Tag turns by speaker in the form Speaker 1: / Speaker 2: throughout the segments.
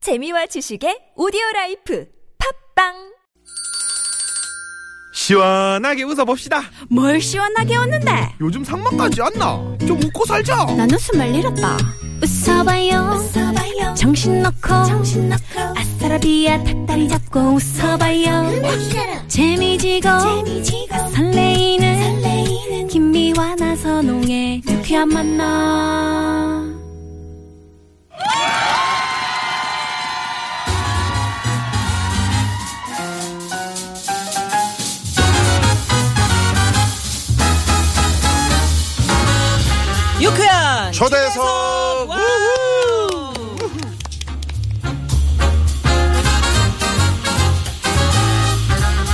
Speaker 1: 재미와 지식의 오디오 라이프 팝빵
Speaker 2: 시원하게 웃어봅시다.
Speaker 3: 뭘 시원하게 웃는데
Speaker 2: 요즘 상만까지 안 나. 좀 웃고 살자.
Speaker 3: 난 웃음을 잃었다 웃어봐요, 정신 놓고 아싸라비아 닭다리 잡고 웃어봐요 재미지고, 설레이는, 김미와 나선홍의 유쾌한 만남
Speaker 4: 유쾌한
Speaker 5: 초대석
Speaker 4: 와우!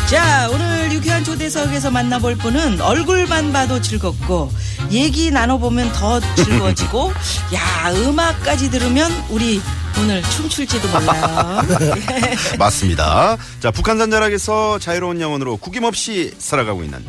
Speaker 4: 자 오늘 유쾌한 초대석에서 만나볼 분은 얼굴만 봐도 즐겁고 얘기 나눠보면 더 즐거워지고 야 음악까지 들으면 우리 오늘 춤출지도 몰라요
Speaker 5: 맞습니다. 자 북한산 자락에서 자유로운 영혼으로 구김없이 살아가고 있는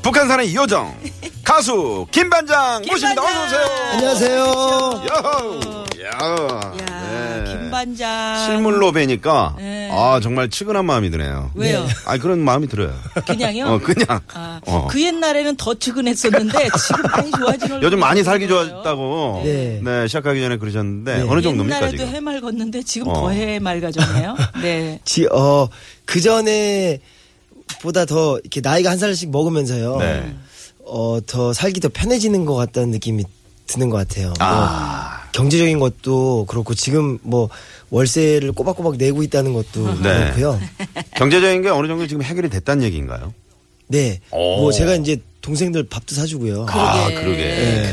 Speaker 5: 북한산의 요정 가수 김반장 모십니다. 어서 오세요.
Speaker 6: 안녕하세요.
Speaker 5: 야호. 야.
Speaker 4: 야
Speaker 5: 네.
Speaker 4: 김반장
Speaker 5: 실물로 뵈니까
Speaker 4: 네.
Speaker 5: 아 정말 측은한 마음이 드네요.
Speaker 4: 왜요?
Speaker 5: 아 그런 마음이 들어요.
Speaker 4: 그냥요?
Speaker 5: 어 그냥.
Speaker 4: 아,
Speaker 5: 어.
Speaker 4: 그 옛날에는 더 측은했었는데 지금 많이 좋아진 얼굴
Speaker 5: 요즘 많이 살기 좋았다고 네.
Speaker 6: 네.
Speaker 5: 시작하기 전에 그러셨는데 어느 정도입니까
Speaker 4: 네. 옛날에도
Speaker 5: 지금?
Speaker 4: 해맑았는데 지금
Speaker 5: 어.
Speaker 4: 더 해맑아졌네요. 네.
Speaker 6: 지, 어, 그 전에 보다 더 이렇게 나이가 한 살씩 먹으면서요.
Speaker 5: 네.
Speaker 6: 어, 더 살기 더 편해지는 것 같다는 느낌이 드는 것 같아요.
Speaker 5: 아.
Speaker 6: 뭐 경제적인 것도 그렇고 지금 뭐 월세를 꼬박꼬박 내고 있다는 것도
Speaker 5: 네.
Speaker 6: 그렇고요.
Speaker 5: 경제적인 게 어느 정도 지금 해결이 됐다는 얘기인가요?
Speaker 6: 네.
Speaker 5: 오.
Speaker 6: 뭐 제가 이제 동생들 밥도 사주고요.
Speaker 5: 아, 그러게.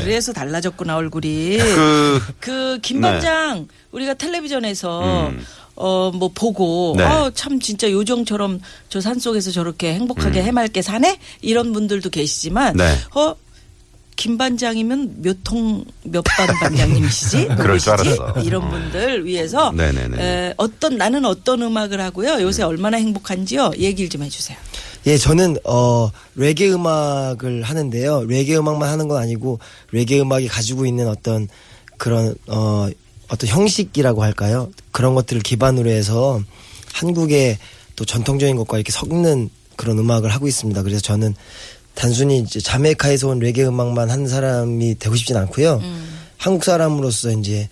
Speaker 4: 네, 그래서 달라졌구나 얼굴이.
Speaker 5: 그
Speaker 4: 그
Speaker 5: 네.
Speaker 4: 김반장 우리가 텔레비전에서
Speaker 5: 음.
Speaker 4: 어 뭐 보고
Speaker 5: 네.
Speaker 4: 어 참 진짜 요정처럼 저 산속에서 저렇게 행복하게 해맑게 사네 이런 분들도
Speaker 5: 음.
Speaker 4: 계시지만
Speaker 5: 네.
Speaker 4: 어 김반장이면 몇 통 몇 반 반장님이시지?
Speaker 5: 그럴 줄
Speaker 4: 누구시지?
Speaker 5: 알았어.
Speaker 4: 이런
Speaker 5: 어.
Speaker 4: 분들 위해서
Speaker 5: 네네네.
Speaker 4: 에, 어떤 나는 어떤 음악을 하고요. 요새 얼마나 행복한지요. 얘기를 좀 해주세요.
Speaker 6: 예, 저는 어 레게 음악을 하는데요. 레게 음악만 하는 건 아니고 레게 음악이 가지고 있는 어떤 그런 어 어떤 형식이라고 할까요? 그런 것들을 기반으로 해서 한국의 또 전통적인 것과 이렇게 섞는 그런 음악을 하고 있습니다. 그래서 저는 단순히 이제 자메이카에서 온 레게 음악만 하는 사람이 되고 싶진 않고요. 한국 사람으로서 이제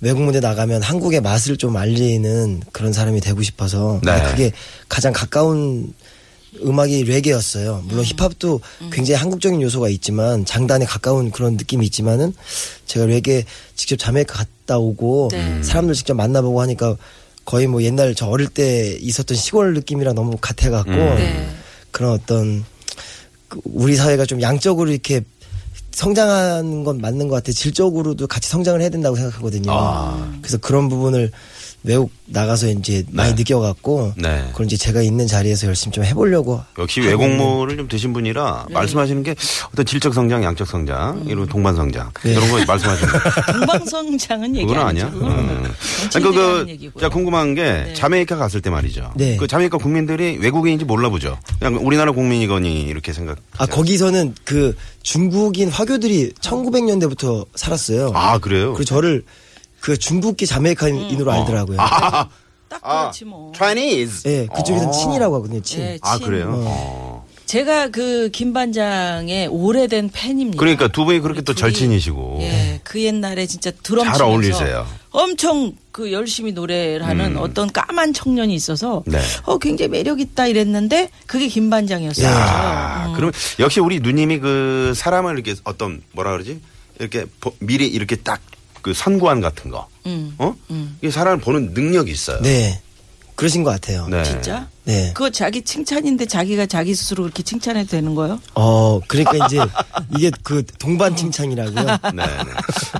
Speaker 6: 외국 무대 나가면 한국의 맛을 좀 알리는 그런 사람이 되고 싶어서
Speaker 5: 네.
Speaker 6: 그게 가장 가까운 음악이 레게였어요. 물론 힙합도
Speaker 4: 음.
Speaker 6: 굉장히 한국적인 요소가 있지만 장단에 가까운 그런 느낌이 있지만은 제가 레게 직접 자메이카 갔다 오고
Speaker 4: 네.
Speaker 6: 사람들 직접 만나보고 하니까 거의 뭐 옛날 저 어릴 때 있었던 시골 느낌이랑 너무 같아갖고
Speaker 4: 네.
Speaker 6: 그런 어떤 그 우리 사회가 좀 양적으로 이렇게 성장하는 건 맞는 것 같아. 질적으로도 같이 성장을 해야 된다고 생각하거든요.
Speaker 5: 아.
Speaker 6: 그래서 그런 부분을 외국 나가서 이제 많이
Speaker 5: 네.
Speaker 6: 느껴갖고
Speaker 5: 네.
Speaker 6: 그런 이제 제가 있는 자리에서 열심히 좀 해보려고.
Speaker 5: 역시 외국물을 좀 드신 분이라
Speaker 4: 네.
Speaker 5: 말씀하시는 게 어떤 질적 성장, 양적 성장,
Speaker 4: 음.
Speaker 5: 이런 동반 성장 이런 거 말씀하시는 거.
Speaker 4: 동방성장은 네. 얘기
Speaker 5: 그건
Speaker 4: 아니죠.
Speaker 5: 아니야. 음. 아니,
Speaker 4: 정치인들이 하는
Speaker 5: 그, 그,
Speaker 4: 얘기고요. 네.
Speaker 5: 자, 궁금한 게 자메이카 갔을 때 말이죠.
Speaker 6: 네.
Speaker 5: 그 자메이카 국민들이 외국인인지 몰라보죠. 그냥 우리나라 국민이거니 이렇게 생각.
Speaker 6: 아 거기서는 그 중국인 화교들이 1900년대부터 살았어요.
Speaker 5: 아, 그래요?
Speaker 6: 그리고 저를 그 중국계 자메이카인으로 알더라고요.
Speaker 5: 음. 아,
Speaker 4: 딱
Speaker 5: 아,
Speaker 4: 그렇지 뭐.
Speaker 5: Chinese.
Speaker 6: 예, 그쪽에서는 친이라고 하거든요. 친.
Speaker 4: 예,
Speaker 5: 아,
Speaker 4: 친.
Speaker 5: 그래요? 어.
Speaker 4: 제가 그 김반장의 오래된 팬입니다.
Speaker 5: 그러니까 두 분이 그렇게
Speaker 4: 우리
Speaker 5: 또
Speaker 4: 둘이,
Speaker 5: 절친이시고.
Speaker 4: 예, 그 옛날에 진짜 드럼
Speaker 5: 잘
Speaker 4: 치면서
Speaker 5: 어울리세요. 음.
Speaker 4: 엄청 그 열심히 노래를 하는 어떤 까만 청년이 있어서
Speaker 5: 네.
Speaker 4: 어 굉장히 매력 있다 이랬는데 그게 김반장이었어요.
Speaker 5: 아,
Speaker 4: 음.
Speaker 5: 그럼 역시 우리 누님이 그 사람을 이렇게 어떤 뭐라 그러지? 이렇게 보- 미리 이렇게 딱 그 선구안 같은 거.
Speaker 4: 음.
Speaker 5: 어? 이게 사람을 보는 능력이 있어요.
Speaker 6: 네, 그러신 것 같아요.
Speaker 5: 네.
Speaker 4: 진짜?
Speaker 6: 네.
Speaker 4: 그거 자기 칭찬인데 자기가 자기 스스로 그렇게 칭찬해도 되는 거예요?
Speaker 6: 어, 그러니까 이제 이게 그 동반 칭찬이라고요.
Speaker 5: 네.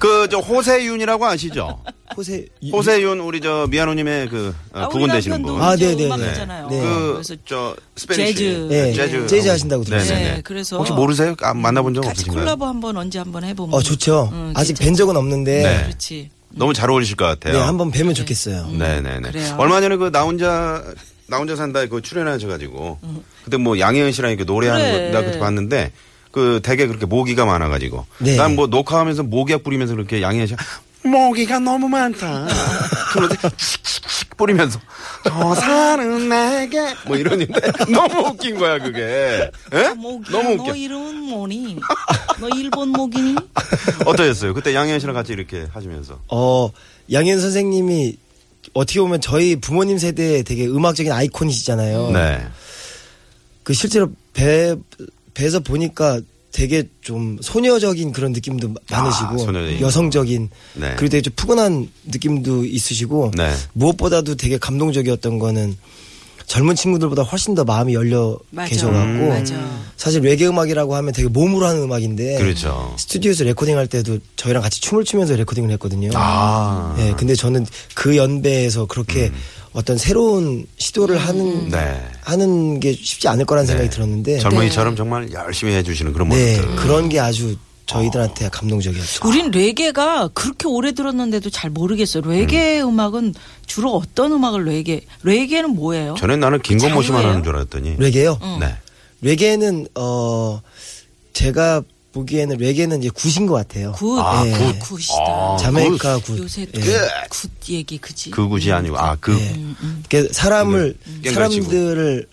Speaker 5: 그저 호세윤이라고 아시죠?
Speaker 6: 호세 유-
Speaker 5: 호세윤 우리 저 미아노님의 그 어,
Speaker 4: 아,
Speaker 5: 부군
Speaker 4: 우리
Speaker 5: 되시는
Speaker 4: 남편도
Speaker 5: 분.
Speaker 6: 아,
Speaker 4: 이제
Speaker 6: 네, 네,
Speaker 4: 음악
Speaker 6: 네.
Speaker 4: 하잖아요.
Speaker 6: 네.
Speaker 5: 그
Speaker 4: 그래서
Speaker 5: 저 스페니쉬
Speaker 4: 재즈.
Speaker 6: 네, 재즈 하신다고
Speaker 5: 들었어요.
Speaker 4: 네, 그래서
Speaker 5: 혹시 모르세요? 아, 만나본 적
Speaker 4: 같이
Speaker 5: 없으신가요?
Speaker 4: 콜라보 한번 언제 한번 해보면
Speaker 6: 어, 좋죠.
Speaker 4: 음,
Speaker 6: 아직
Speaker 4: 괜찮-
Speaker 6: 뵌 적은 없는데
Speaker 5: 네.
Speaker 4: 그렇지.
Speaker 5: 너무 잘 어울리실 것
Speaker 6: 네, 음.
Speaker 5: 같아요.
Speaker 6: 한번 뵈면 좋겠어요.
Speaker 5: 네, 네, 네.
Speaker 4: 그래요.
Speaker 5: 얼마 전에 그 나 혼자 나 혼자 산다에 그 출연하셔가지고 그때 뭐 양혜은 씨랑 이렇게 노래하는
Speaker 4: 그래.
Speaker 5: 거 내가 그때 봤는데 그 되게 그렇게 모기가 많아가지고
Speaker 6: 네.
Speaker 5: 난 뭐 녹화하면서 모기약 뿌리면서 그렇게 양혜은 씨
Speaker 2: 모기가 너무 많다.
Speaker 5: 그러면서 칙칙칙 뿌리면서
Speaker 2: 저 살은 내게.
Speaker 5: 뭐 이러는데 너무 웃긴 거야 그게. 예?
Speaker 4: 모기,
Speaker 5: 너무 웃겨.
Speaker 4: 너뭐 이름은 뭐니? 너 일본 모기니?
Speaker 5: 어떠셨어요? 그때 양현 씨랑 같이 이렇게 하시면서.
Speaker 6: 어, 양현 선생님이 어떻게 보면 저희 부모님 세대에 되게 음악적인 아이콘이시잖아요.
Speaker 5: 네.
Speaker 6: 그 실제로 배, 배에서 보니까 되게 좀 소녀적인 그런 느낌도 많으시고
Speaker 5: 아, 소녀적인.
Speaker 6: 여성적인
Speaker 5: 네.
Speaker 6: 그리고 되게 좀 푸근한 느낌도 있으시고
Speaker 5: 네.
Speaker 6: 무엇보다도 되게 감동적이었던 거는 젊은 친구들보다 훨씬 더 마음이 열려
Speaker 4: 맞아.
Speaker 6: 계셔갖고
Speaker 4: 음. 맞아.
Speaker 6: 사실 레게 음악이라고 하면 되게 몸으로 하는 음악인데
Speaker 5: 그렇죠.
Speaker 6: 스튜디오에서 레코딩 할 때도 저희랑 같이 춤을 추면서 레코딩을 했거든요.
Speaker 5: 아. 음.
Speaker 6: 예, 근데 저는 그 연배에서 그렇게 어떤 새로운
Speaker 4: 음.
Speaker 6: 시도를 하는
Speaker 5: 네.
Speaker 6: 하는 게 쉽지 않을 거라는 생각이 들었는데
Speaker 5: 젊은이처럼 정말 열심히 해주시는 그런
Speaker 6: 네,
Speaker 5: 모습들.
Speaker 6: 그런 게 아주 저희들한테 감동적이었죠.
Speaker 4: 우린 레게가 그렇게 오래 들었는데도 잘 모르겠어요. 레게 음. 악은 주로 어떤 음악을 레게? 레게는 뭐예요?
Speaker 5: 전에 나는 김건모 씨만
Speaker 4: 어? 장르예요? 어.
Speaker 5: 하는 줄 알았더니.
Speaker 6: 레게요?
Speaker 4: 음.
Speaker 5: 네.
Speaker 6: 레게는 어 제가 보기에는 레게는 이제 굿인 것 같아요.
Speaker 4: 굿. 네.
Speaker 5: 아,
Speaker 6: 예.
Speaker 5: 굿.
Speaker 4: 굿이다.
Speaker 5: 아,
Speaker 6: 자메이카 굿.
Speaker 4: 요새 음, 또
Speaker 6: 예.
Speaker 4: 굿 얘기 그지?
Speaker 5: 그 굿이 아니고 아 그.
Speaker 4: 네.
Speaker 6: 예.
Speaker 4: 음,
Speaker 6: 그러니까 사람을
Speaker 5: 깽- 깽가리치고.
Speaker 6: 사람들을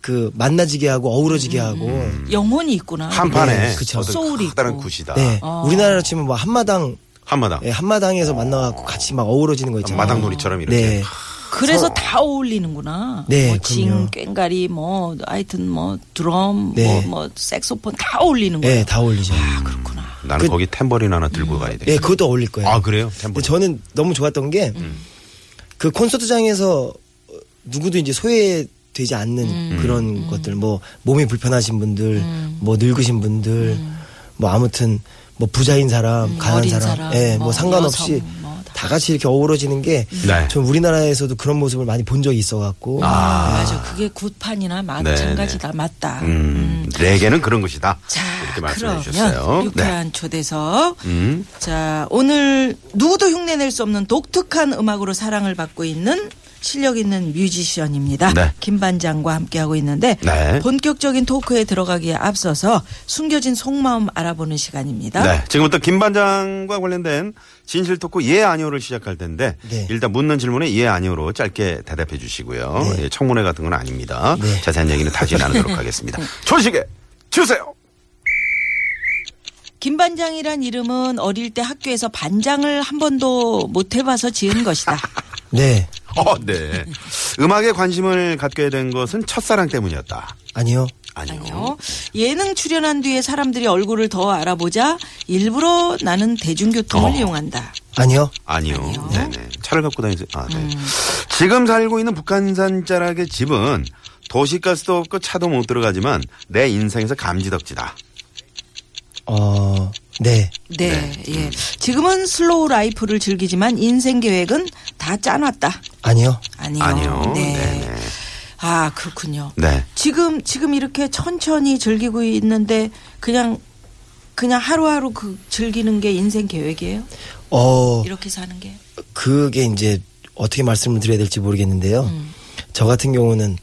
Speaker 6: 그 만나지게 하고
Speaker 4: 음,
Speaker 6: 어우러지게 하고
Speaker 4: 영혼이 있구나.
Speaker 5: 한 판에
Speaker 6: 네, 그쵸.
Speaker 5: 어떤
Speaker 4: 소울이
Speaker 5: 커다란
Speaker 4: 있고. 네.
Speaker 5: 굿이다.
Speaker 6: 네
Speaker 4: 어.
Speaker 6: 우리나라로 치면 뭐 한마당
Speaker 5: 한마당.
Speaker 6: 예, 한마당에서 만나갖고 같이 막 어우러지는 거 있잖아요.
Speaker 5: 마당 놀이처럼 이렇게.
Speaker 6: 네.
Speaker 4: 그래서 다 어울리는구나.
Speaker 6: 네,
Speaker 4: 뭐 징,
Speaker 6: 그럼요.
Speaker 4: 꽹가리, 뭐 하여튼 뭐 드럼,
Speaker 6: 네.
Speaker 4: 뭐, 뭐 색소폰 다 어울리는 거야.
Speaker 6: 네, 다 어울리죠.
Speaker 4: 아, 그렇구나. 음. 네,
Speaker 5: 나는 거기 탬버린 하나 들고 가야
Speaker 6: 예,
Speaker 5: 돼.
Speaker 6: 그것도 어울릴 거예요.
Speaker 5: 네. 아 그래요? 음.
Speaker 6: 근데
Speaker 5: 탬버린.
Speaker 6: 저는 너무 좋았던 게 그 콘서트장에서 어, 누구도 이제 소외되지 않는
Speaker 4: 음.
Speaker 6: 그런 것들 뭐 몸이 불편하신 분들 뭐 늙으신 분들 뭐 아무튼 뭐 부자인 사람 가난한
Speaker 4: 음. 어린
Speaker 6: 사람,
Speaker 4: 사람,
Speaker 6: 예, 뭐,
Speaker 4: 뭐
Speaker 6: 상관없이
Speaker 4: 여성, 뭐다
Speaker 6: 다 같이 이렇게 어우러지는 게
Speaker 5: 네.
Speaker 6: 전 우리나라에서도 그런 모습을 많이 본 적이 있어 갖고
Speaker 4: 맞아. 그게 굿판이나 마찬가지다. 맞다.
Speaker 5: 음, 레게는 그런 것이다.
Speaker 4: 자,
Speaker 5: 이렇게 말씀해
Speaker 4: 그러면
Speaker 5: 주셨어요. 네.
Speaker 4: 유쾌한 초대석.
Speaker 5: 음.
Speaker 4: 자, 오늘 누구도 흉내낼 수 없는 독특한 음악으로 사랑을 받고 있는 실력 있는 뮤지션입니다.
Speaker 5: 네.
Speaker 4: 김반장과 함께하고 있는데
Speaker 5: 네.
Speaker 4: 본격적인 토크에 들어가기에 앞서서 숨겨진 속마음 알아보는 시간입니다.
Speaker 5: 네. 지금부터 김 반장과 관련된 진실 토크 예 아니오를 시작할 텐데
Speaker 6: 네.
Speaker 5: 일단 묻는 질문에 예 아니오로 짧게 대답해 주시고요.
Speaker 6: 네.
Speaker 5: 예, 청문회 같은 건 아닙니다.
Speaker 6: 네.
Speaker 5: 자세한 얘기는 다시 나누도록 하겠습니다. 초식에 주세요.
Speaker 4: 김반장이란 이름은 어릴 때 학교에서 반장을 한 번도 못 해봐서 지은 것이다.
Speaker 6: 네.
Speaker 5: 어, 네. 음악에 관심을 갖게 된 것은 첫사랑 때문이었다.
Speaker 6: 아니요.
Speaker 5: 아니요.
Speaker 4: 아니요. 어. 예능 출연한 뒤에 사람들이 얼굴을 더 알아보자 일부러 나는
Speaker 5: 어.
Speaker 4: 대중교통을 이용한다.
Speaker 6: 아니요.
Speaker 5: 아니요. 네네. 차를 갖고 다니세요. 아, 네.
Speaker 4: 음.
Speaker 5: 지금 살고 있는 북한산 자락의 집은 도시가스도 없고 차도 못 들어가지만 내 인생에서 감지덕지다.
Speaker 6: 어, 네.
Speaker 4: 네,
Speaker 5: 음.
Speaker 4: 예. 지금은 슬로우 라이프를 즐기지만 인생 계획은 다 짜놨다.
Speaker 6: 아니요.
Speaker 4: 아니요.
Speaker 5: 아니요.
Speaker 4: 네.
Speaker 5: 네네.
Speaker 4: 아, 그렇군요.
Speaker 5: 네.
Speaker 4: 지금 지금 이렇게 천천히 즐기고 있는데 그냥 그냥 하루하루 그 즐기는 게 인생 계획이에요?
Speaker 6: 어,
Speaker 4: 이렇게 사는 게?
Speaker 6: 그게 이제 어떻게 말씀을 드려야 될지 모르겠는데요. 저 같은 경우는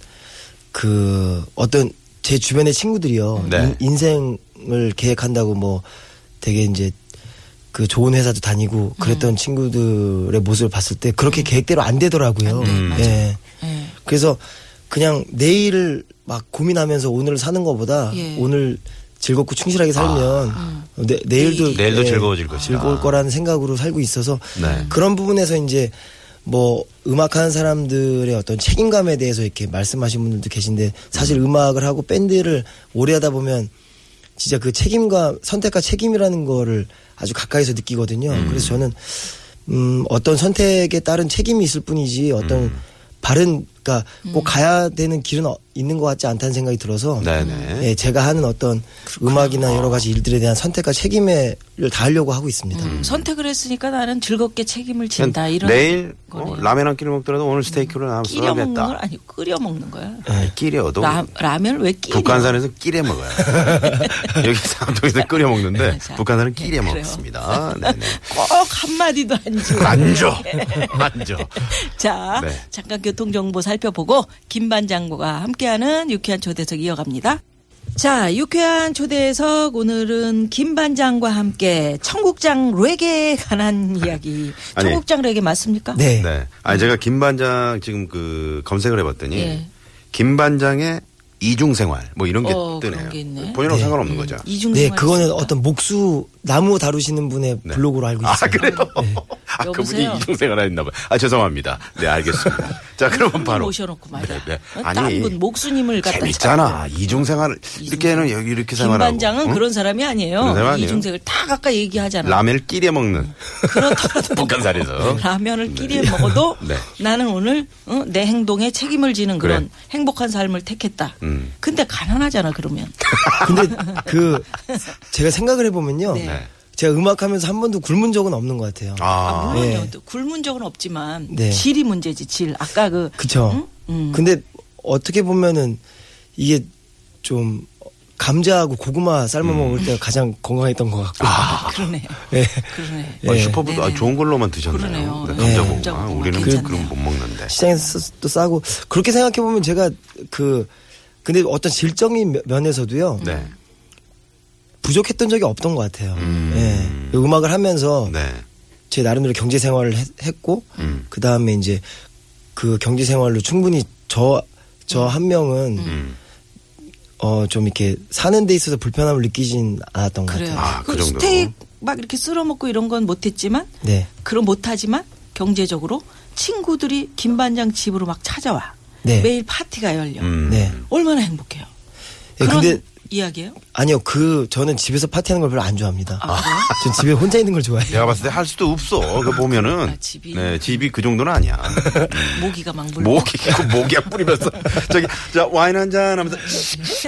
Speaker 6: 그 어떤 제 주변의 친구들이요.
Speaker 5: 네.
Speaker 6: 인, 생을 계획한다고 뭐 되게 이제 그 좋은 회사도 다니고 그랬던 친구들의 모습을 봤을 때 그렇게 계획대로 음. 안 되더라고요.
Speaker 5: 음.
Speaker 6: 예.
Speaker 4: 예.
Speaker 6: 그래서 그냥 내일을 막 고민하면서 오늘을 사는 것보다
Speaker 4: 예.
Speaker 6: 오늘 즐겁고 충실하게 살면 아. 내, 내일도 예,
Speaker 5: 내일도 즐거워질 것이다.
Speaker 6: 즐거울 거라는 생각으로 살고 있어서
Speaker 5: 네.
Speaker 6: 그런 부분에서 이제 뭐 음악하는 사람들의 어떤 책임감에 대해서 이렇게 말씀하신 분들도 계신데 사실 음악을 하고 밴드를 오래 하다 보면 진짜 그 책임감 선택과 책임이라는 거를 아주 가까이서 느끼거든요. 그래서 저는 음 어떤 선택에 따른 책임이 있을 뿐이지 어떤
Speaker 5: 음.
Speaker 6: 바른 그러니까 꼭 가야 되는 길은 어- 있는 것 같지 않다는 생각이 들어서
Speaker 5: 네네.
Speaker 6: 예, 제가 하는 어떤 음악이나 여러 가지 일들에 대한 선택과 책임을 다하려고 하고 있습니다.
Speaker 4: 음. 선택을 했으니까 나는 즐겁게 책임을 진다. 이런
Speaker 5: 음. 내일
Speaker 4: 거네요.
Speaker 5: 어, 라면 한 끼를 먹더라도 오늘 스테이크를 하나
Speaker 4: 끼려 먹는 건
Speaker 5: 써야겠다. 네,
Speaker 4: 아니고 끓여 먹는 거야.
Speaker 5: 끼려도
Speaker 4: 라, 라면을 왜 끼려?
Speaker 5: 북한산에서 끼래 먹어요. 여기 삼동에서 끓여 먹는데
Speaker 4: 자,
Speaker 5: 북한산은 끼래
Speaker 4: 예, 그래요.
Speaker 5: 먹습니다. 네네.
Speaker 4: 꼭 한마디도 안 줘.
Speaker 5: 앉아. 앉아.
Speaker 4: 자,
Speaker 5: 네.
Speaker 4: 잠깐 교통정보 살펴보고 김반장과 함께하는 유쾌한 초대석 이어갑니다. 자, 유쾌한 초대석 오늘은 김 반장과 함께 청국장 레게에 관한 이야기.
Speaker 5: 네. 아니.
Speaker 4: 청국장 레게 맞습니까?
Speaker 6: 네.
Speaker 5: 네. 아니 제가 김 반장 지금 그 검색을 해봤더니
Speaker 4: 음. 예.
Speaker 5: 김 반장의 이중 생활 뭐 이런 게
Speaker 4: 어,
Speaker 5: 뜨네요.
Speaker 4: 그런 게 있네. 음.
Speaker 5: 본인하고 상관없는 거죠.
Speaker 4: 이중
Speaker 6: 네,
Speaker 4: 생활
Speaker 6: 그거는
Speaker 4: 있습니까?
Speaker 6: 어떤 목수 나무 다루시는 분의
Speaker 5: 네.
Speaker 6: 블로그로 알고
Speaker 5: 아
Speaker 6: 있어요.
Speaker 5: 그래요? 아
Speaker 4: 네. 여보세요?
Speaker 5: 그분이 이중 생활을 했나 봐요. 아 죄송합니다. 네 알겠습니다. 자 그러면
Speaker 4: 손님
Speaker 5: 바로
Speaker 4: 모셔놓고 말이야.
Speaker 5: 네, 네.
Speaker 4: 다른
Speaker 5: 아니
Speaker 4: 분 목수님을 갖다 음.
Speaker 5: 재밌잖아. 이중 생활 이렇게는 여기 이렇게
Speaker 4: 김
Speaker 5: 생활하고.
Speaker 4: 반장은
Speaker 5: 응?
Speaker 4: 그런 사람이 아니에요.
Speaker 5: 그런 사람 아니에요.
Speaker 4: 이중색을 다 각각 얘기하잖아. 음.
Speaker 5: 라면을 끼려 먹는
Speaker 4: 그렇더라도 아, 음.
Speaker 5: 북한산에서.
Speaker 4: 라면을 끼리 먹어도
Speaker 5: 어? 네.
Speaker 4: 나는 오늘 어, 내 행동에 책임을 지는 그런
Speaker 5: 그래.
Speaker 4: 행복한 삶을 택했다.
Speaker 5: 음.
Speaker 4: 근데 가난하잖아 그러면.
Speaker 6: 근데 그 제가 생각을 해보면요.
Speaker 5: 네.
Speaker 6: 제가 음악하면서 한 번도 굶은 적은 없는 것 같아요.
Speaker 5: 아,
Speaker 4: 물론요.
Speaker 6: 네.
Speaker 4: 또 어, 굶은 적은 없지만
Speaker 6: 네.
Speaker 4: 질이 문제지 질. 아까 그
Speaker 6: 그쵸.
Speaker 4: 음.
Speaker 6: 근데 어떻게 보면은 이게 좀 감자하고 고구마 삶아 먹을 때 가장 건강했던 것 같고.
Speaker 4: 그러네.
Speaker 6: 예.
Speaker 4: 그러네.
Speaker 5: 아,
Speaker 6: 예.
Speaker 5: 슈퍼푸드 아,
Speaker 4: 네네.
Speaker 5: 좋은 걸로만 드셨네요.
Speaker 4: 그러네요.
Speaker 5: 네,
Speaker 4: 네.
Speaker 5: 감자고구마.
Speaker 4: 감자고구마
Speaker 5: 우리는
Speaker 4: 괜찮네요.
Speaker 5: 그럼 못 먹는데.
Speaker 6: 시장에서 또 싸고 그렇게 생각해 보면 제가 그 근데 어떤 질적인 면- 면에서도요
Speaker 4: 음.
Speaker 5: 네.
Speaker 6: 부족했던 적이 없던 것 같아요.
Speaker 5: 음.
Speaker 6: 예. 음악을 하면서
Speaker 5: 네.
Speaker 6: 제 나름대로 경제 생활을 했- 했고
Speaker 5: 음.
Speaker 6: 그 다음에 이제 그 경제 생활로 충분히 저 저 한 명은
Speaker 5: 음.
Speaker 6: 어 좀 이렇게 사는 데 있어서 불편함을 느끼진 않았던 것
Speaker 4: 그래요.
Speaker 6: 같아요.
Speaker 5: 아,
Speaker 4: 그
Speaker 5: 그 정도로.
Speaker 4: 스테이크 막 이렇게 쓸어 먹고 이런 건 못했지만
Speaker 6: 네,
Speaker 4: 그럼 못하지만 경제적으로 친구들이 김 반장 집으로 막 찾아와.
Speaker 6: 네.
Speaker 4: 매일 파티가 열려.
Speaker 5: 음.
Speaker 6: 네.
Speaker 4: 얼마나 행복해요.
Speaker 6: 예,
Speaker 4: 그런
Speaker 6: 근데
Speaker 4: 이야기예요?
Speaker 6: 아니요 그 저는 집에서 파티하는 걸 별로 안 좋아합니다.
Speaker 4: 아, 그래요?
Speaker 6: 전 집에 혼자 있는 걸 좋아해요.
Speaker 5: 내가 봤을 때 할 수도 없어. 그 보면은
Speaker 4: 아, 집이.
Speaker 5: 네, 집이 그 정도는 아니야.
Speaker 4: 모기가 막 물고
Speaker 5: 목이 그 목이야 뿌리면서 저기 자 와인 한 잔 하면서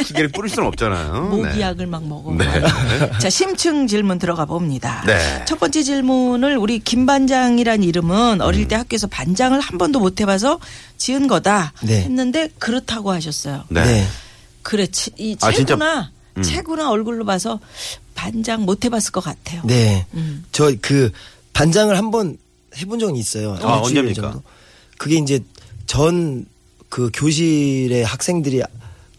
Speaker 5: 기계를 뿌릴 수는 없잖아요.
Speaker 4: 모기약을 막 먹어.
Speaker 5: 네. 네.
Speaker 4: 자, 심층 질문 들어가 봅니다.
Speaker 5: 네.
Speaker 4: 첫 번째 질문을 우리 김반장이란 이름은 어릴
Speaker 5: 음.
Speaker 4: 때 학교에서 반장을 한 번도 못 해봐서 지은 거다
Speaker 6: 네.
Speaker 4: 했는데 그렇다고 하셨어요.
Speaker 5: 네.
Speaker 6: 네.
Speaker 4: 그래, 치- 이
Speaker 5: 아, 진짜-
Speaker 4: 체구나 체구나 얼굴로 봐서 반장 못 해봤을 것 같아요.
Speaker 6: 네.
Speaker 4: 음.
Speaker 6: 저 그 반장을 한 번 해본 적은 있어요.
Speaker 5: 아,
Speaker 6: 일주일
Speaker 5: 언제입니까?
Speaker 6: 그게 이제 전 그 교실의 학생들이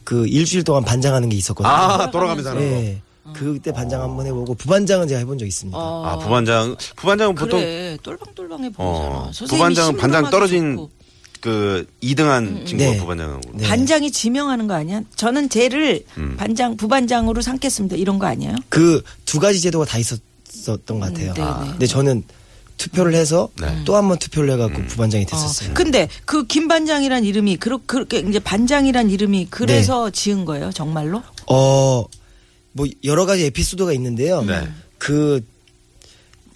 Speaker 6: 그 일주일 동안 반장하는 게 있었거든요.
Speaker 5: 아 돌아가면서 하는 거.
Speaker 6: 네. 그때 반장 한 번 해보고 부반장은 제가 해본 적 있습니다.
Speaker 4: 어,
Speaker 5: 아 부반장 부반장은 보통
Speaker 4: 아, 그래 똘방똘방해 보이잖아.
Speaker 5: 어
Speaker 4: 선생님이
Speaker 5: 부반장
Speaker 4: 심부름하기
Speaker 5: 반장 떨어진
Speaker 4: 좋고.
Speaker 5: 그 2등한 친구가
Speaker 6: 네.
Speaker 5: 부반장하고
Speaker 6: 네.
Speaker 4: 반장이 지명하는 거 아니야? 저는 쟤를
Speaker 5: 음.
Speaker 4: 반장 부반장으로 삼겠습니다. 이런 거 아니에요?
Speaker 6: 그 두 가지 제도가 다 있었던 것 같아요.
Speaker 4: 음, 네네. 아.
Speaker 6: 근데 저는 투표를 해서
Speaker 5: 네. 음.
Speaker 6: 또 한 번 투표를 해갖고 부반장이 됐었어요.
Speaker 4: 어, 근데 그 김반장이란 이름이 그렇- 그렇게 이제 반장이란 이름이 그래서
Speaker 5: 네.
Speaker 4: 지은 거예요, 정말로?
Speaker 6: 어, 뭐 여러 가지 에피소드가 있는데요.
Speaker 5: 네.
Speaker 6: 그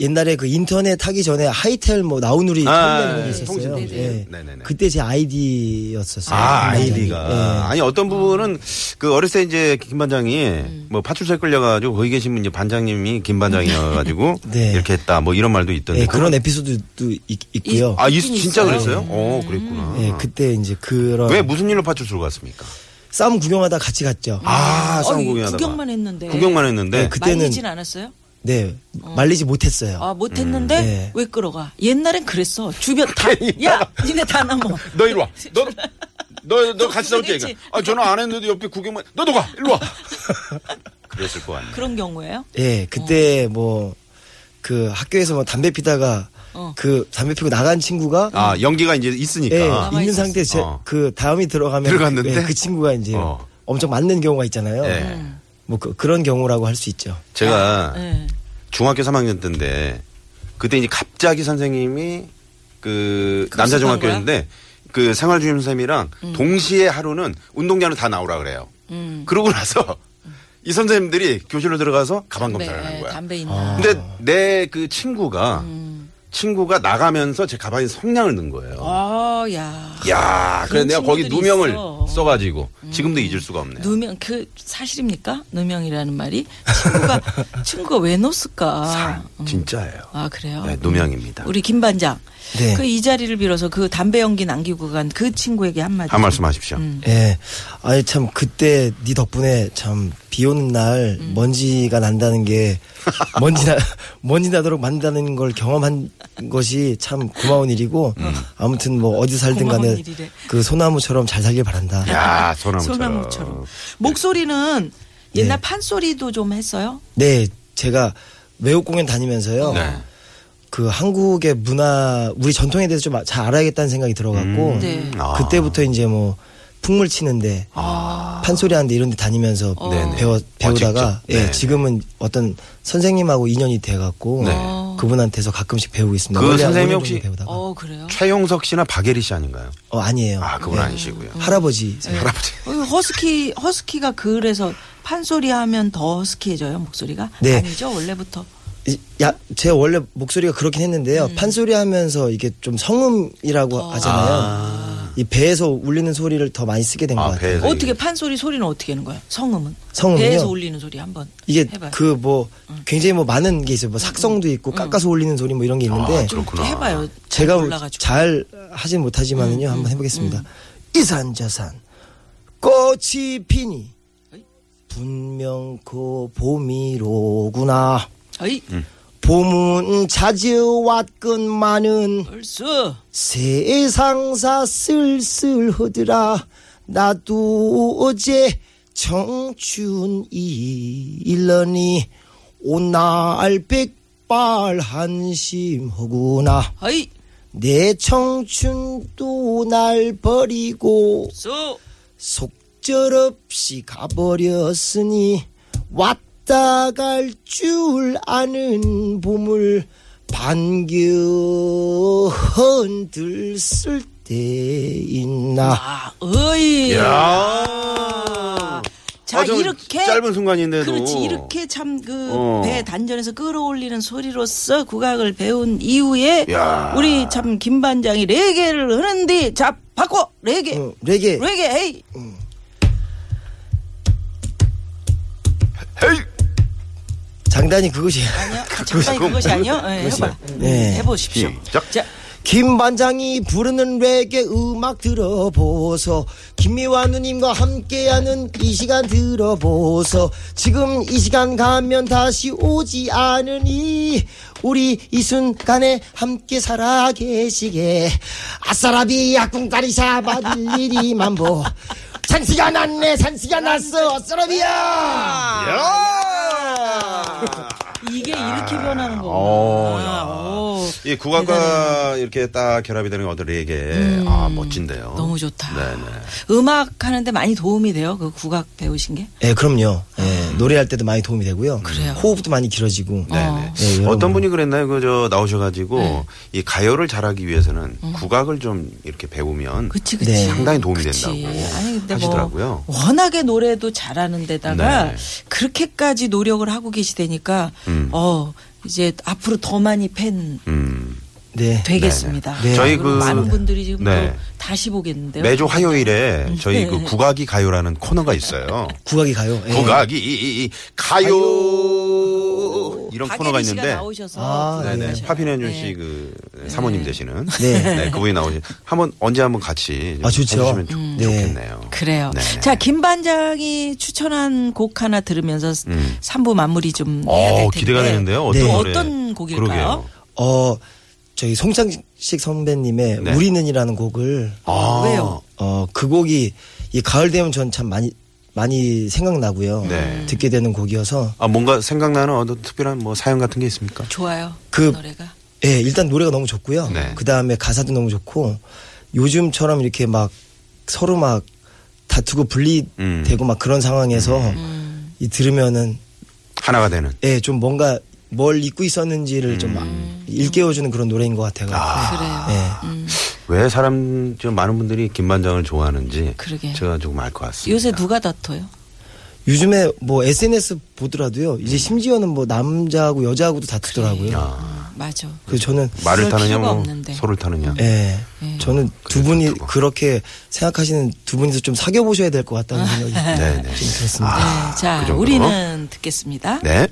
Speaker 6: 옛날에 그 인터넷 하기 전에 하이텔 뭐 나우누리
Speaker 5: 아,
Speaker 6: 통신하는
Speaker 5: 네,
Speaker 6: 게 있었어요.
Speaker 5: 통신,
Speaker 6: 예.
Speaker 5: 네, 네, 네.
Speaker 6: 그때 제 아이디였었어요.
Speaker 5: 아,
Speaker 6: 굉장히.
Speaker 5: 아이디가.
Speaker 6: 예.
Speaker 5: 아니, 어떤 부분은, 그, 어렸을 때 이제, 김 반장이, 뭐, 파출소에 끌려가지고, 거기 계신 분, 이제 반장님이 김 반장이어가지고,
Speaker 6: 네.
Speaker 5: 이렇게 했다, 뭐, 이런 말도 있던데.
Speaker 6: 예, 그런 에피소드도 있, 있고요.
Speaker 5: 아, 이,
Speaker 4: 있긴
Speaker 5: 진짜
Speaker 4: 있어요.
Speaker 5: 그랬어요? 어, 그랬구나.
Speaker 6: 예, 그때 이제 그런
Speaker 5: 왜 무슨 일로 파출소로 갔습니까?
Speaker 6: 싸움 구경하다 같이 갔죠.
Speaker 5: 아, 싸움
Speaker 4: 어이,
Speaker 5: 구경하다가.
Speaker 4: 구경만 했는데.
Speaker 5: 구경만 했는데.
Speaker 6: 네, 그- 그때는-
Speaker 4: 말리진 않았어요?
Speaker 6: 네, 말리지 못했어요.
Speaker 4: 아, 못 했는데
Speaker 5: 음,
Speaker 6: 네.
Speaker 4: 왜 끌어가? 옛날엔 그랬어. 주변 다, 야, 니네 다 넘어.
Speaker 5: 너 일로 와. 너, 너, 너 같이 싸울게.
Speaker 4: 그랬지.
Speaker 5: 아, 저는 안 했는데 옆에 구경만, 너도 가! 일로 와! 그랬을 것 같네.
Speaker 4: 그런 경우예요?
Speaker 6: 예, 그때 뭐 그 학교에서 뭐 담배 피다가
Speaker 4: 어.
Speaker 6: 그 담배 피고 나간 친구가
Speaker 5: 아, 연기가 이제 있으니까.
Speaker 6: 예,
Speaker 4: 남아있었어.
Speaker 6: 있는 상태 제,
Speaker 5: 어.
Speaker 6: 그 다음이 들어가면
Speaker 5: 들어갔는데?
Speaker 6: 예, 그 친구가 이제
Speaker 5: 어.
Speaker 6: 엄청 맞는 경우가 있잖아요.
Speaker 5: 예.
Speaker 6: 뭐 그, 런 경우라고 할 수 있죠.
Speaker 5: 제가,
Speaker 4: 네.
Speaker 5: 중학교 3학년 때인데 그때 이제 갑자기 선생님이 그
Speaker 4: 급습한 음.
Speaker 5: 남자 중학교였는데 그 생활 주임 선생님이랑 동시에 하루는 운동장으로 다 나오라 그래요. 그러고 나서 이 선생님들이 교실로 들어가서 가방
Speaker 4: 담배,
Speaker 5: 검사를 하는 거야. 아.
Speaker 4: 네, 담배 있나?
Speaker 5: 근데 내 그 친구가 친구가 나가면서 제 가방에 성냥을 넣은 거예요.
Speaker 4: 아, 야.
Speaker 5: 야, 그래
Speaker 4: 그런
Speaker 5: 내가 거기
Speaker 4: 친구들이
Speaker 5: 누명을
Speaker 4: 있어. 음.
Speaker 5: 써가지고 지금도 잊을 수가 없네요.
Speaker 4: 누명 그 사실입니까? 누명이라는 말이 친구가 친구가 왜 놓았을까?
Speaker 5: 진짜예요.
Speaker 4: 아 그래요?
Speaker 5: 네, 누명입니다.
Speaker 4: 우리 김 반장
Speaker 6: 네.
Speaker 4: 그 이 자리를 빌어서 그 담배 연기 남기고 간 그 친구에게 한마디.
Speaker 5: 한 아, 말씀 하십시오.
Speaker 4: 음.
Speaker 6: 예. 아니 참 그때 네 덕분에 참 비 오는 날
Speaker 4: 음.
Speaker 6: 먼지가 난다는 게 먼지 나 먼지 나도록 만다는 걸 경험한 것이 참 고마운 일이고
Speaker 5: 음.
Speaker 6: 아무튼 뭐 어디 살든
Speaker 4: 고마운
Speaker 6: 간에
Speaker 4: 일이래.
Speaker 6: 그 소나무처럼 잘 살길 바란다.
Speaker 5: 야, 소나무처럼.
Speaker 4: 소나무처럼. 목소리는 옛날 판소리도 좀 했어요?
Speaker 6: 네, 제가 외국 공연 다니면서요.
Speaker 5: 네.
Speaker 6: 그 한국의 문화, 우리 전통에 대해서 좀 잘 알아야겠다는 생각이 들어갔고
Speaker 4: 네.
Speaker 5: 아.
Speaker 6: 그때부터 이제 뭐 풍물 치는데 판소리 하는데 이런 데 다니면서
Speaker 5: 네네.
Speaker 6: 배워
Speaker 5: 어, 직접.
Speaker 6: 배우다가 예,
Speaker 5: 네.
Speaker 6: 지금은 어떤 선생님하고 인연이 돼 갖고
Speaker 5: 네.
Speaker 6: 그분한테서 가끔씩 배우고 있습니다.
Speaker 5: 그
Speaker 6: 원래 한
Speaker 5: 선생님이
Speaker 6: 5년
Speaker 5: 혹시-
Speaker 6: 정도 배우다가 어,
Speaker 4: 어, 그래요?
Speaker 5: 최용석 씨나 박예리 씨 아닌가요?
Speaker 6: 아니에요.
Speaker 5: 아, 그건
Speaker 6: 예.
Speaker 5: 아니시고요.
Speaker 6: 할아버지.
Speaker 5: 할아버지.
Speaker 4: 어, 허스키, 허스키가 그래서 판소리 하면 더 허스키해져요, 목소리가?
Speaker 6: 네.
Speaker 4: 아니죠, 원래부터.
Speaker 6: 이- 야, 제 원래 목소리가 그렇긴 했는데요.
Speaker 4: 음.
Speaker 6: 판소리 하면서 이게 좀 성음이라고
Speaker 4: 어.
Speaker 6: 하잖아요. 이 배에서 울리는 소리를 더 많이 쓰게 된 것
Speaker 5: 아,
Speaker 6: 같아요.
Speaker 5: 배에서.
Speaker 4: 어떻게 판소리 소리는 어떻게 하는 거예요? 성음은?
Speaker 6: 성음은요?
Speaker 4: 배에서 울리는 소리 한번
Speaker 6: 이게
Speaker 4: 해봐요. 음.
Speaker 6: 그 뭐 굉장히 뭐 많은 게 있어요. 뭐 삭성도 있고 깎아서 울리는 소리 뭐 이런 게 있는데
Speaker 5: 좀- 그렇구나.
Speaker 4: 해봐요.
Speaker 6: 제가
Speaker 4: 몰라가지고. 음,
Speaker 6: 잘 하진 못하지만은요 한번 해보겠습니다. 이산저산 꽃이 피니 분명코 봄이로구나.
Speaker 4: 어이,
Speaker 6: 봄은 찾아왔건만은
Speaker 4: 얼쑤.
Speaker 6: 세상사 쓸쓸하더라 나도 어제 청춘 일러니 오날 백발 한심하구나
Speaker 4: 어이,
Speaker 6: 내 청춘도 날 버리고
Speaker 4: 쑤.
Speaker 6: 속절없이 가버렸으니 왔다 갈 줄 아는 봄을 반겨흔들 쓸때 있나
Speaker 4: 아, 어이.
Speaker 5: 야.
Speaker 4: 자,
Speaker 5: 어, 저
Speaker 4: 이렇게.
Speaker 5: 짧은 순간인데도.
Speaker 4: 그렇지 이렇게 참 그
Speaker 5: 어.
Speaker 4: 배 단전에서 끌어올리는 소리로서 국악을 배운 이후에
Speaker 5: 야.
Speaker 4: 우리 참 김반장이 레게를 하는 데자 바꿔 레게
Speaker 6: 어, 레게
Speaker 4: 레게 에이
Speaker 5: 헤이!
Speaker 6: 장단이 그것이
Speaker 4: 아니야 잠깐 그것이 아니야 예, 해봐
Speaker 6: 네.
Speaker 4: 해보십시오
Speaker 5: 시작.
Speaker 4: 자
Speaker 6: 김 반장이 부르는 레게 음악 들어보소 김미화 누님과 함께하는 이 시간 들어보소 지금 이 시간 가면 다시 오지 않으니 우리 이 순간에 함께 살아 계시게 아싸라비 약꿍다리 샤바딜 일이 만보 산시가 났네 산시가 났어 아싸라비야
Speaker 4: 이게 이렇게 변하는
Speaker 5: 어,
Speaker 4: 거구나
Speaker 5: 야.
Speaker 4: 아, 오,
Speaker 5: 이 국악과 이렇게 딱 결합이 되는 어드레에게 아 멋진데요.
Speaker 4: 음. 너무 좋다 어.
Speaker 5: 네네.
Speaker 4: 음악 하는데 많이 도움이 돼요 그 국악 배우신 게
Speaker 6: 예, 그럼요. 예, 노래할 때도 많이 도움이 되고요.
Speaker 4: 아. 그래요.
Speaker 6: 호흡도 많이 길어지고.
Speaker 5: 네네.
Speaker 6: 예, 여러분.
Speaker 5: 어떤 분이 그랬나요? 그저 나오셔가지고
Speaker 4: 네.
Speaker 5: 이 가요를 잘하기 위해서는 국악을 좀 이렇게 배우면
Speaker 4: 음. 그치 그치
Speaker 6: 네.
Speaker 5: 상당히 도움이
Speaker 4: 그치.
Speaker 5: 된다고
Speaker 4: 아니 근데
Speaker 5: 하시더라고요.
Speaker 4: 뭐 워낙에 노래도 잘하는 데다가
Speaker 5: 네.
Speaker 4: 그렇게까지 노력을 하고 계시다니까
Speaker 5: 음.
Speaker 4: 어 이제 앞으로 더 많이 팬
Speaker 5: 음.
Speaker 6: 네.
Speaker 4: 되겠습니다.
Speaker 6: 네.
Speaker 5: 저희
Speaker 4: 그럼
Speaker 5: 그-
Speaker 4: 많은 분들이 지금
Speaker 5: 네.
Speaker 4: 또 다시 보겠는데요.
Speaker 5: 매주 화요일에
Speaker 4: 음.
Speaker 5: 저희
Speaker 4: 네.
Speaker 5: 그 국악이 가요라는 코너가 있어요.
Speaker 6: 국악이 가요.
Speaker 5: 네.
Speaker 6: 예.
Speaker 5: 국악이 가요 이런
Speaker 4: 박예린
Speaker 5: 코너가
Speaker 4: 씨가
Speaker 5: 있는데
Speaker 4: 나오셔서
Speaker 6: 아,
Speaker 4: 그거
Speaker 5: 네네.
Speaker 4: 하셔요.
Speaker 5: 파피네준
Speaker 4: 네.
Speaker 5: 씨그 사모님 되시는
Speaker 6: 네.
Speaker 5: 네, 그분이 나오신 한번 언제 한번 같이 좀
Speaker 6: 아, 좋죠.
Speaker 5: 해주시면 좋,
Speaker 6: 음.
Speaker 5: 겠네요
Speaker 4: 그래요. 자, 김 반장이 추천한 곡 하나 들으면서
Speaker 5: 음.
Speaker 4: 삼 3부 마무리 좀 해야 될
Speaker 5: 어,
Speaker 4: 텐데.
Speaker 5: 기대가 되는데요. 어떤
Speaker 6: 네.
Speaker 5: 노래?
Speaker 4: 어떤 곡일까요?
Speaker 5: 그러게요.
Speaker 6: 어, 저희 송창식 선배님의
Speaker 5: 네.
Speaker 6: 우리는이라는 곡을
Speaker 5: 아,
Speaker 4: 왜요?
Speaker 6: 어, 그 곡이 이 가을 되면 전 참 많이 많이 생각나고요.
Speaker 5: 네.
Speaker 6: 듣게 되는 곡이어서
Speaker 5: 아, 뭔가 생각나는 어떤 특별한 뭐 사연 같은 게 있습니까?
Speaker 4: 좋아요. 그
Speaker 6: 그-
Speaker 4: 노래가.
Speaker 6: 예, 일단 노래가 너무 좋고요.
Speaker 5: 네.
Speaker 6: 그다음에 가사도 너무 좋고 요즘처럼 이렇게 막 서로 막 다투고
Speaker 5: 음.
Speaker 6: 분리되고 막 그런 상황에서
Speaker 4: 음.
Speaker 6: 이 들으면은
Speaker 5: 하나가 되는.
Speaker 6: 예, 좀 뭔가 뭘 잊고 있었는지를 좀 아- 일깨워주는 그런 노래인 것 같아요.
Speaker 4: 그래요.
Speaker 6: 예.
Speaker 5: 왜 사람 좀 많은 분들이 김반장을 좋아하는지
Speaker 4: 그러게요.
Speaker 5: 제가 조금 알 것 같습니다.
Speaker 4: 요새 누가 다퉈요?
Speaker 6: 요즘에 뭐 SNS 보더라도요. 이제 심지어는 뭐 남자하고 여자하고도 다투더라고요.
Speaker 4: 맞아.
Speaker 6: 그래서 저는
Speaker 5: 말을
Speaker 4: 그럴
Speaker 5: 타느냐
Speaker 4: 필요가
Speaker 5: 뭐
Speaker 4: 없는데.
Speaker 5: 소를 타느냐.
Speaker 6: 예. 저는 두 분이
Speaker 5: 두고.
Speaker 6: 그렇게 생각하시는 두 분이서 좀 사귀어 보셔야 될 것 같다는 생각이
Speaker 5: 네, 네.
Speaker 6: 좀 들었습니다.
Speaker 4: 네, 자,
Speaker 5: 그 정도로?
Speaker 4: 우리는 듣겠습니다.
Speaker 5: 네.